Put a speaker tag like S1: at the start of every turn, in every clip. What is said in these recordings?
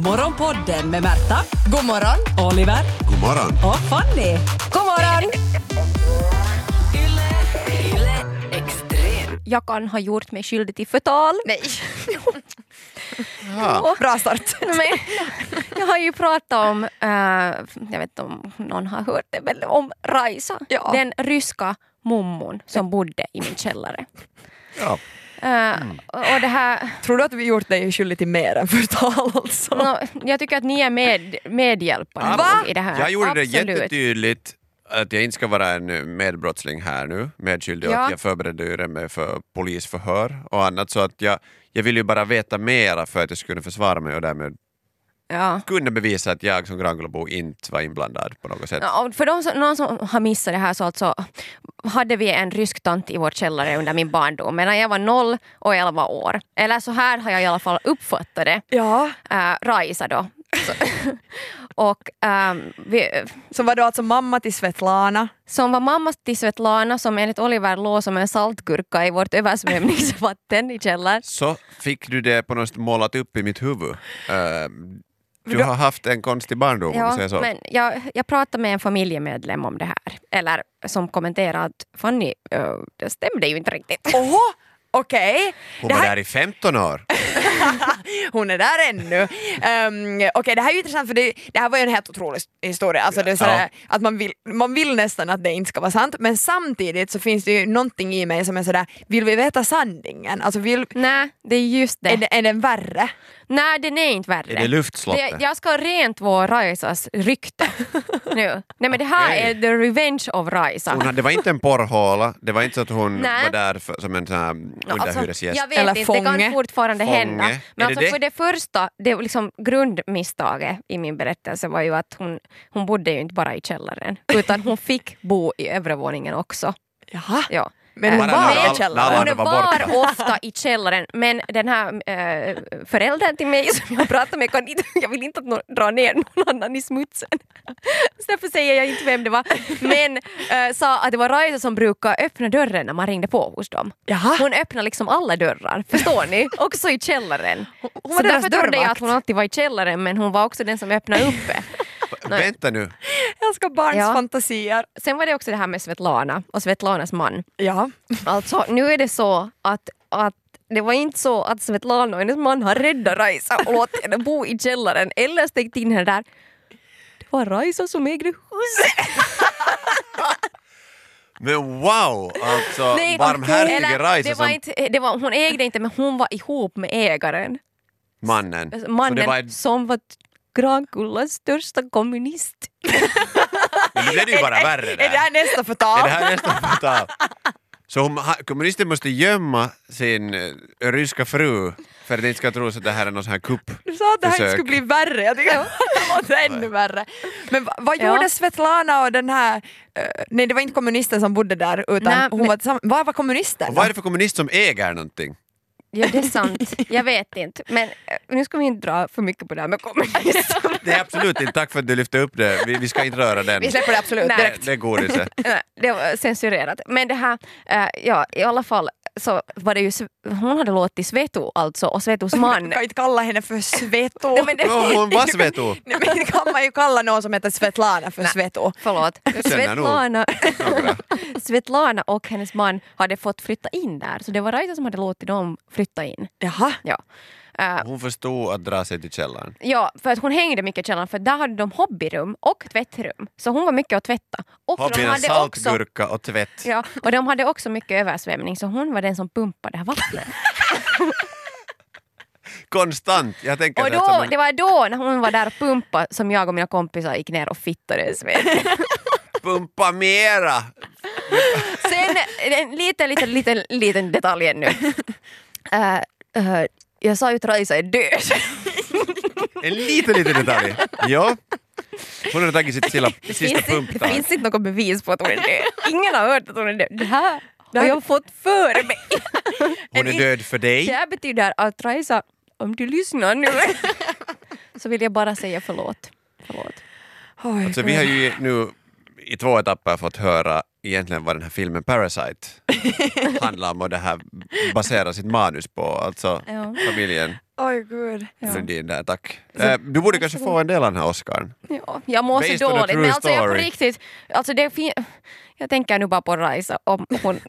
S1: Morgonpodden med Märta. God morgon. Oliver.
S2: God morgon.
S1: Och Fanny.
S3: God morgon!
S4: Extrem.
S3: Jag kan ha gjort mig skyldig till förtal.
S4: Nej.
S3: Ja.
S4: Bra start.
S3: Men, jag har ju pratat om, eh, jag vet inte om någon har hört det, men om Raisa.
S4: Ja.
S3: Den ryska mummon som bodde i min källare.
S2: Ja.
S3: Eh,
S5: Mm.
S3: och och det här,
S4: Tror du att vi gjort dig skyldig till mer än förtal alltså?
S3: nå, jag tycker att ni är med, medhjälpare
S5: Va?
S3: i det här.
S5: Jag gjorde
S3: Absolut.
S5: det jättetydligt att jag inte ska vara en medbrottsling här nu, medskyldig, och
S3: Ja.
S5: att jag förberedde ju det med för polisförhör och annat så att jag, jag ville ju bara veta mera för att jag skulle kunna försvara mig och därmed
S3: Ja.
S5: kunna bevisa att jag som Grangullabo inte var inblandad på något sätt.
S3: Ja, och för de som, någon som har missat det här så alltså hade vi en rysk tant i vår källare under min barndom medan jag var 0 och 11 år. Eller så här har jag i alla fall uppfattat det.
S4: Ja.
S3: Äh, Raisa då. Så, och ehm, vi,
S4: Så var du alltså mamma till Svetlana?
S3: som var mamma till Svetlana som enligt Oliver låg som en saltgurka i vårt översvämningsvatten i källaren.
S5: Så fick du det på något sätt målat upp i mitt huvud. Eh,
S4: då-
S5: du har haft en konstig barndom om vi säger så.
S3: men jag, jag pratade med en familjemedlem om det här. Eller som kommenterade att Fanny, eh, det stämde ju inte riktigt.
S4: Åh, okej.
S5: Hon
S4: Det
S5: var
S4: här-
S5: där i 15 år.
S4: Hon är där ännu. Um, Okej, det här är ju intressant för det, det här var ju en helt otrolig historia. Alltså det är sådär, att man, vill, man vill nästan att det inte ska vara sant men samtidigt så finns det ju någonting i mig som är sådär, vill vi veta sanningen? Alltså vill,
S3: Nej, det är just det.
S4: är, den- är den värre?
S3: Nej, den är inte värre.
S5: Är det luftslottet?
S3: Det- jag ska rent vår Raisas rykte nu. Nej men det här
S5: Okej.
S3: är the revenge of Raisa.
S5: Hon hade, det var inte en porrhåla, det var inte så att hon
S3: Nej. alltså,
S5: var där för, som en sån här underhyresgäst.
S3: jag vet
S4: Eller
S3: inte, det
S4: fånge.
S3: kan fortfarande
S5: Fånge.
S3: hända.
S5: Är
S3: Men
S5: det
S3: alltså,
S5: det?
S3: för det första, det var liksom grundmisstaget i min berättelse var ju att hon, hon bodde ju inte bara i källaren utan hon fick bo i övre våningen också.
S4: Jaha.
S3: Ja.
S4: Men hon
S5: Bara
S4: var
S5: när
S4: i
S5: alla- när alla-
S4: källaren.
S3: Hon
S5: var
S3: var
S5: borta.
S3: ofta i källaren men den här äh, föräldern till mig som jag pratade med, kan inte, jag vill inte att någon drar ner någon annan i smutsen. Så därför säger jag inte vem det var. Men äh, sa att det var Raisa som brukade öppna dörren när man ringde på hos dem.
S4: Jaha.
S3: Hon öppnade liksom alla dörrar, förstår ni? Också i källaren.
S4: hon
S3: Så
S4: var deras
S3: därför trodde jag
S4: dörrvakt.
S3: att hon alltid var i källaren men hon var också den som öppnade uppe. Nej.
S5: Vänta nu,
S4: Jag ska barns
S3: Ja.
S4: fantasier.
S3: Sen var det också det här med Svetlana och Svetlanas man.
S4: Ja.
S3: Alltså, nu är det så att, att det var inte så att Svetlana och hennes man har räddat Raisa och låtit henne bo i källaren eller stängt in henne där. Det var Raisa som ägde huset.
S5: Men wow! Alltså,
S3: Nej,
S5: barmhärtige
S3: eller,
S5: Raisa
S3: det var
S5: som
S3: inte, det var, Hon ägde inte, men hon var ihop med ägaren.
S5: mannen. Så det
S3: Alltså, Mannen
S5: var ett,
S3: som var Grankullas största kommunist.
S5: men nu blev det ju bara värre där.
S4: Är det här nästa
S5: Är
S4: förtal?
S5: det här nästan förtal? Så hon, ha- kommunisten måste gömma sin eh, ryska fru för att det inte ska tros att det här är någon sån här kupp.
S4: Du sa att det här inte
S5: Försök.
S4: skulle bli värre, jag tycker det låter ännu värre. Men va, vad
S3: Ja.
S4: gjorde Svetlana och den här, eh, nej det var inte kommunisten som bodde där utan
S3: Nej,
S4: hon
S3: men-
S4: var tillsammans, vad var kommunisten?
S5: Och vad är det för kommunist som äger någonting?
S3: Ja, det är sant. Jag vet inte. Men eh, nu ska vi inte dra för mycket på det här med kommunism.
S5: Det är absolut inte, tack för att du lyfte upp det. Vi, vi ska inte röra den.
S4: Vi släpper det absolut
S3: Nej.
S4: direkt.
S5: Det, det är godiset.
S3: Nej, Eh, det var censurerat. Men det här, eh, ja i alla fall så var det ju, Sve- hon hade låtit Svetu alltså och Svetus man.
S4: Man kan ju inte kalla henne för Sveto.
S3: Nej, men det,
S5: Ja, Hon var sveto.
S4: Nej, men det kan man ju kalla någon som heter Svetlana för Sveto.
S3: förlåt.
S5: känner nog
S3: Svetlana, Svetlana och hennes man hade fått flytta in där så det var Raisa som hade låtit dem flytta in.
S4: Jaha.
S3: Ja. Eh,
S5: Hon förstod att dra sig till källaren.
S3: ja, för att hon hängde mycket i källaren för där hade de hobbyrum och tvättrum. Så hon var mycket att tvätta. Och de
S5: Hobbyn
S3: hade också
S5: saltgurka och tvätt.
S3: Ja, och de hade också mycket översvämning så hon var den som pumpade det här vattnet.
S5: Konstant. Jag tänker
S3: Och
S5: att som
S3: då,
S5: en-
S3: det var då när hon var där och pumpade som jag och mina kompisar gick ner och fittades med.
S5: pumpa mera!
S3: Sen en liten, liten, liten, liten detalj ännu. Äh, äh, jag sa ju att Raisa är död.
S5: En liten, liten detalj. Ja. Hon har tagit sitt silla,
S3: Det
S5: sista
S3: finns, inte, det
S5: pumptag.
S3: finns inte något bevis på att hon är död. Ingen har hört att hon är död. Det här har jag fått för mig.
S5: Hon är död för
S3: Det
S5: dig.
S3: här betyder att Raisa, om du lyssnar nu så vill jag bara säga förlåt. förlåt.
S5: Alltså,
S4: Oj,
S5: Så vi har ju nu i två etapper fått höra egentligen vad den här filmen Parasite handlar om och det här baserar sitt manus på, alltså
S3: Ja.
S5: familjen
S4: Oj gud.
S5: Lundin där, tack. Eh, du borde kanske få en del av den här Oscarn.
S3: Ja, jag mår
S5: Based
S3: så
S5: on a
S3: dåligt.
S5: true
S3: Men alltså jag på
S5: story.
S3: riktigt, alltså det är fin- jag tänker nu bara på Raisa. Om hon,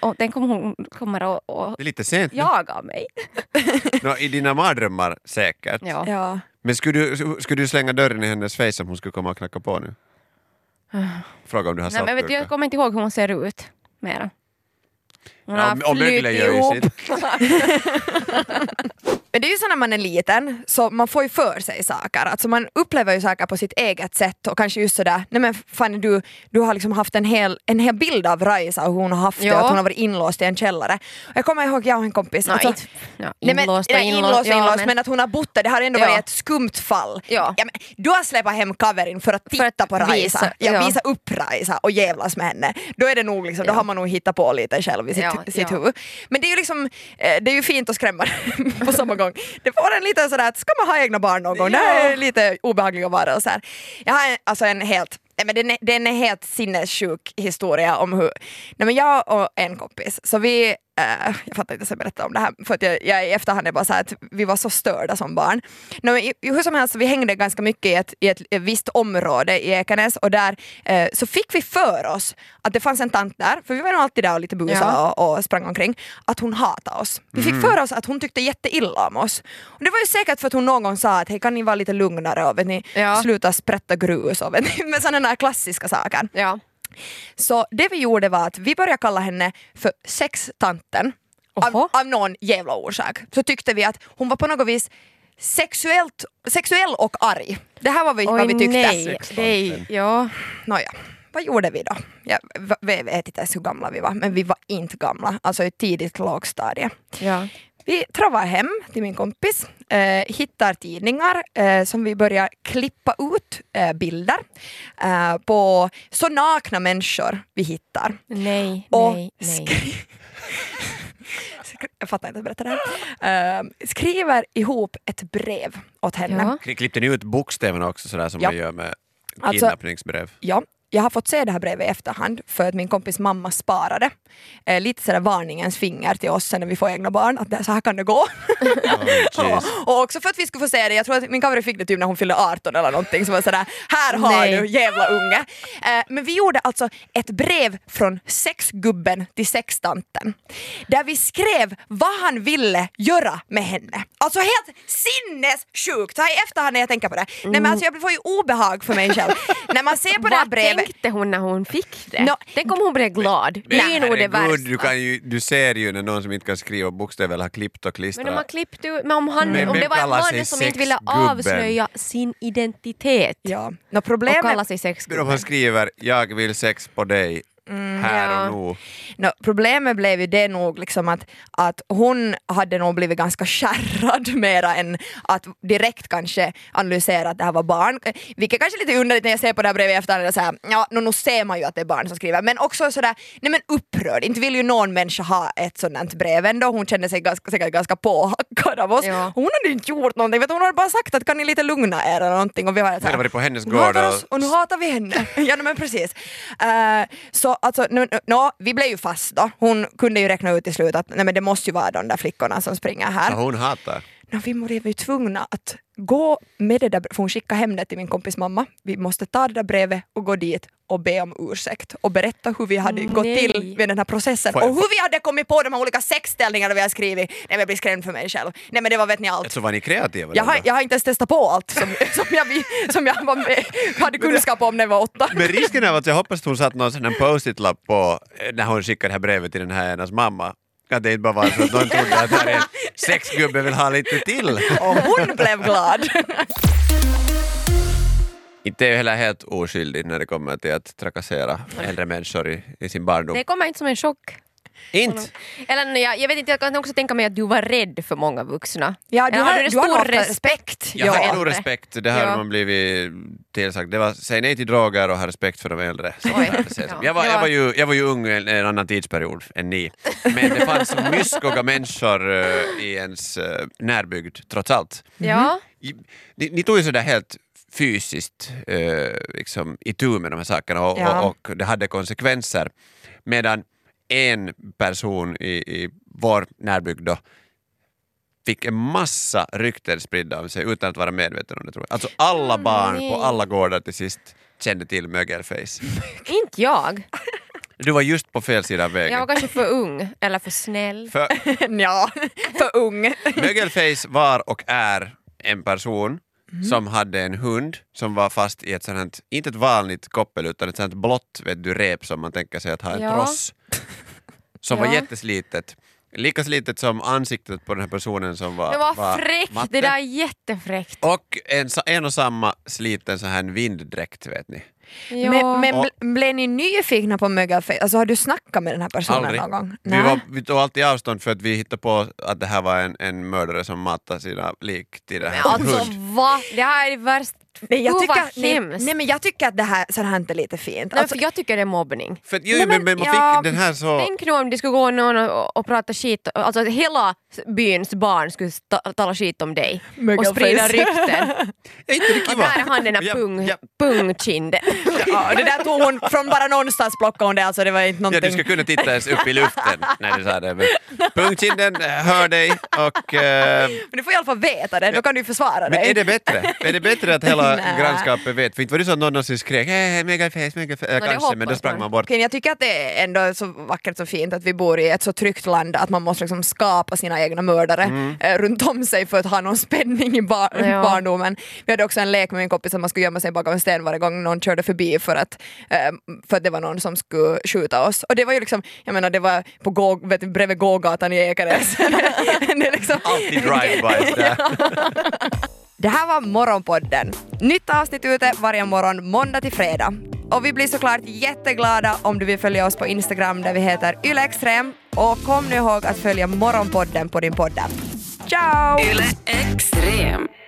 S3: om, tänk om hon kommer att att
S5: Det är lite sent. Ja.
S3: jaga mig.
S5: Nå, I dina mardrömmar säkert.
S3: Ja.
S4: Ja.
S5: Men skulle du, skulle du slänga dörren i hennes face om hon skulle komma och knacka på nu? Fråga om du har
S3: Ah. Nej, men vet, du, jag
S5: saltgurka.
S3: kommer inte ihåg hur hon ser ut mera. Hon
S5: Ja,
S3: har
S5: om- om mögla
S3: flytt
S5: gör ju
S3: ihop.
S5: sitt.
S4: Men det är ju så när man är liten, så man får ju för sig saker. Alltså man upplever ju saker på sitt eget sätt och kanske just sådär, nej men fan du, du har liksom haft en hel, en hel bild av Raisa och hur hon har haft det
S3: Ja.
S4: och att hon har varit inlåst i en källare. Och jag kommer ihåg, jag och en kompis,
S3: Nej,
S4: alltså-
S3: inte- ja,
S4: Nej, men-
S3: inlåst och
S4: ja,
S3: inlåst,
S4: inlåst, och
S3: ja,
S4: inlåst, men...
S3: men-
S4: att hon har bott där, det har ändå
S3: Ja.
S4: varit ett skumt fall.
S3: Ja.
S4: men, du har släpat hem kaverin för att titta
S3: att
S4: på Raisa,
S3: visa,
S4: ja,
S3: ja.
S4: visa upp Raisa och jävlas med henne. Då, är det nog liksom, då
S3: Ja.
S4: har man nog hittat på lite själv i sitt,
S3: Ja,
S4: sitt
S3: ja.
S4: huvud. Men det är ju liksom, eh, det är ju fint och skrämmande på samma gång. Det får en lite sådär att ska man ha egna barn någon gång? Det här är lite obehagliga varelser. Jag har en, alltså en helt Nej, men den, är, den är helt sinnessjuk historia om hur... Nej, men jag och en kompis, så vi... eh, jag fattar inte så jag berätta om det här, för att jag, jag i efterhand är bara så här att vi var så störda som barn. Nej, men, i- hur som helst, så vi hängde ganska mycket i ett, i ett visst område i Ekenäs och där eh, så fick vi för oss att det fanns en tant där, för vi var nog alltid där och lite busa
S3: Ja.
S4: och, och sprang omkring, att hon hatade oss. Vi
S3: Mm.
S4: fick för oss att hon tyckte jätteilla om oss. Och det var ju säkert för att hon någon gång sa att hej kan ni vara lite lugnare och vet ni,
S3: Ja.
S4: sluta sprätta grus och vet ni, med sådana där klassiska saker.
S3: Ja.
S4: Så det vi gjorde var att vi började kalla henne för sextanten. Av,
S3: Oho.
S4: av någon jävla orsak. Så tyckte vi att hon var på något vis sexuellt, sexuell och arg. Det här var vi, vad vi tyckte.
S3: nej. nej. Ja.
S4: Nåja, vad gjorde vi då? Jag v- v- vet inte ens hur gamla vi var, men vi var inte gamla. Alltså i tidigt lågstadie.
S3: Ja.
S4: Vi travar hem till min kompis, eh, hittar tidningar eh, som vi börjar klippa ut eh, bilder eh, på så nakna människor vi hittar.
S3: Nej,
S4: Och
S3: nej, nej.
S4: skri- Skri- jag fattar inte att berätta det här. Eh, skriver ihop ett brev åt henne.
S3: Ja.
S5: Klippte ni ut bokstäverna också sådär som
S4: Ja.
S5: man gör med
S4: Alltså-
S5: kidnappningsbrev?
S4: Ja, jag har fått se det här brevet i efterhand för att min kompis mamma sparade eh, lite sådär varningens finger till oss sen när vi får egna barn att det- så här kan det gå.
S5: Oh, jeez.
S4: Och också för att vi skulle få se det, jag tror att min kamrat fick det typ när hon fyllde 18 eller någonting, så var det sådär, här har
S3: Nej.
S4: du jävla unge. Eh, men vi gjorde alltså ett brev från sexgubben till sextanten, där vi skrev vad han ville göra med henne. Alltså helt sinnessjukt! Så här i efterhand när jag tänker på det, nej men alltså jag får ju obehag för mig själv. när man ser på det här
S3: Mm. Vad
S4: brevet,
S3: tänkte hon när hon fick det?
S4: Nå-
S3: Tänk om hon blev glad. Det är ju nog det
S5: herregud,
S3: värsta.
S5: Du, kan ju, du ser ju när någon som inte kan skriva bokstäver eller har klippt och klistrat.
S3: Men om, man klippt ut, men om, han,
S5: Men
S3: om
S5: vem
S3: det var en
S5: kallar sig
S3: man som inte ville
S5: sexgubben?
S3: avslöja sin identitet
S4: ja, no,
S3: och
S4: problemet
S3: kalla sig
S5: Men om
S3: sexgubbe.
S5: han skriver “jag vill sex på dig” här
S3: Mm, ja.
S5: och nu.
S4: No, problemet blev ju det nog liksom att, att hon hade nog blivit ganska skärrad mera än att direkt kanske analysera att det här var barn. Vilket kanske är lite underligt när jag ser på det här brevet i efterhand. och Så här, ja, nu, nu ser man ju att det är barn som skriver. Men också sådär, nej men upprörd. Inte vill ju någon människa ha ett sådant brev ändå. Hon kände sig ganska, säkert ganska påhackad av oss.
S3: Ja.
S4: Hon hade inte gjort någonting. Vet du, hon hade bara sagt att kan ni lite lugna er eller någonting. Och vi var så
S5: Jag
S4: här,
S5: hade varit på hennes
S4: "Nu
S5: gård
S4: hatar
S5: och-
S4: oss och nu hatar vi henne. ja nej, men precis. Eh, så alltså, nu, nu, nå, vi blev ju fast då. Hon kunde ju räkna ut till slut att nej, men det måste ju vara de där flickorna som springer här.
S5: Så hon hatar.
S4: Nå, vi blev ju tvungna att gå med det där brevet, för hon skickade hem det till min kompis mamma. Vi måste ta det där brevet och gå dit och be om ursäkt och berätta hur vi hade gått
S3: Nej.
S4: till med den här processen
S5: Får
S4: och
S5: jag-
S4: hur vi hade kommit på de här olika sexställningarna vi har skrivit. Nej men jag blir skrämd för mig själv. Nej men det var vet ni allt.
S5: Så var ni kreativa
S4: Jag
S5: då?
S4: har, jag har inte ens testat på allt som, som, jag, vi- som jag var med, hade kunskap om när jag var åtta.
S5: Men risken är att jag hoppas att hon satt någon sån här post-it-lapp på eh, när hon skickade det här brevet till den här enas mamma. Att det inte bara var så att någon trodde att här är en sexgubbe vill ha lite till.
S4: Och hon blev glad.
S5: Inte är jag heller helt oskyldig när det kommer till att trakassera äldre människor i, i sin barndom.
S3: Det kommer inte som en chock.
S5: Inte!
S3: Eller nej, jag, jag vet inte, jag kan också tänka mig att du var rädd för många vuxna.
S4: Ja, du
S3: Eller
S4: har,
S3: hade
S4: du har
S3: stor
S4: något
S3: respekt.
S4: respekt.
S5: Jag
S4: Ja.
S5: har nog respekt, det här
S3: Ja.
S5: har man blivit tillsagd. Det var säg nej till droger och ha respekt för de äldre. Så
S3: Oj.
S5: här, det sägs.
S3: Ja.
S5: Jag, var,
S3: Ja.
S5: jag, var ju, jag var ju ung i en, en annan tidsperiod än ni. Men det fanns myskoga människor eh, i ens eh, närbygd trots allt.
S3: Ja.
S4: Mm.
S5: I- Ni, ni tog ju sådär helt fysiskt eh, liksom, itu med de här sakerna och,
S4: Ja.
S5: och, och det hade konsekvenser. Medan en person i, i vår närbygd då fick en massa rykten spridda om sig utan att vara medveten om det. Tror jag. Alltså alla barn
S3: nej.
S5: på alla gårdar till sist kände till mögelface.
S3: Inte jag.
S5: Du var just på fel sida av
S3: Jag
S5: vägen.
S3: var kanske för ung eller för snäll.
S5: För
S4: ja, för ung.
S5: Mögelface var och är en person som hade en hund som var fast i ett sånt, här- inte ett vanligt koppel utan ett sånt här blått vet du, rep som man tänker sig att ha en
S3: Ja.
S5: tross. Som
S3: Ja.
S5: var jätteslitet. Lika slitet som ansiktet på den här personen som var
S3: Det var
S5: var
S3: fräckt,
S5: matte.
S3: det där är jättefräckt.
S5: Och en, sa- en och samma sliten så här vinddräkt vet ni.
S3: Ja.
S4: Men, men
S5: Och-
S4: bl- blev ni nyfikna på mögelfejs? Alltså har du snackat med den här personen
S5: Aldrig.
S4: någon gång?
S5: Vi,
S4: Nej.
S5: var, vi tog alltid avstånd för att vi hittade på att det här var en, en mördare som matade sina lik till den här
S3: Alltså
S5: hund.
S3: va? Det här är värst.
S4: Nej, jag
S3: Gud,
S4: tycker,
S3: vad
S4: att- nej,
S3: hemskt.
S4: nej men jag tycker att det här, så här är inte lite fint.
S3: Nej,
S4: Alltså,
S3: för jag tycker det är mobbning.
S5: För att, jo,
S3: Nej,
S5: men,
S3: men-
S5: men man fick
S3: ja,
S5: den här så...
S3: Tänk nu om det skulle gå någon och, och prata skit, alltså att hela byns barn skulle ta, tala skit om dig och
S4: Mögelfejs.
S3: sprida rykten.
S5: Är inte det
S3: Och
S5: kiva?
S3: där är han den där
S5: Ja,
S3: pung,
S5: ja.
S3: pungkinden.
S4: ja, det där tog hon från bara någonstans plockade hon det alltså, det var inte
S5: Ja,
S4: någonting.
S5: du ska kunna titta ens upp i luften när du sa det. Men Pungkinden eh, hör dig och... eh,
S4: Men du får i alla fall veta det, då kan du ju försvara
S5: men
S4: dig.
S5: är det bättre? Är det bättre att hela
S4: Nej.
S5: grannskapet vet? För inte var det så att någon någonsin skrek hey, megaface, megaface,
S3: det
S5: Eh, kanske, men då
S3: hoppas
S5: sprang
S3: man.
S5: man bort.
S4: Okej, jag tycker att det är ändå så vackert och fint att vi bor i ett så tryggt land att man måste liksom skapa sina egna mördare eh, runt om sig för att ha någon spänning i bar-
S3: Ja.
S4: barndomen. Vi hade också en lek med min kompis att man skulle gömma sig bakom en sten varje gång någon körde förbi för att, eh, för att det var någon som skulle skjuta oss. Och det var ju liksom, jag menar det var på gå, vet, du, bredvid gågatan i Ekerös. det, är liksom,
S5: Alltid drive-by där.
S4: det här var Morgonpodden. Nytt avsnitt ute varje morgon måndag till fredag. Och vi blir såklart jätteglada om du vill följa oss på Instagram där vi heter ylextrem. Och kom nu ihåg att följa Morgonpodden på din podd. Ciao!
S2: Yle Extrem.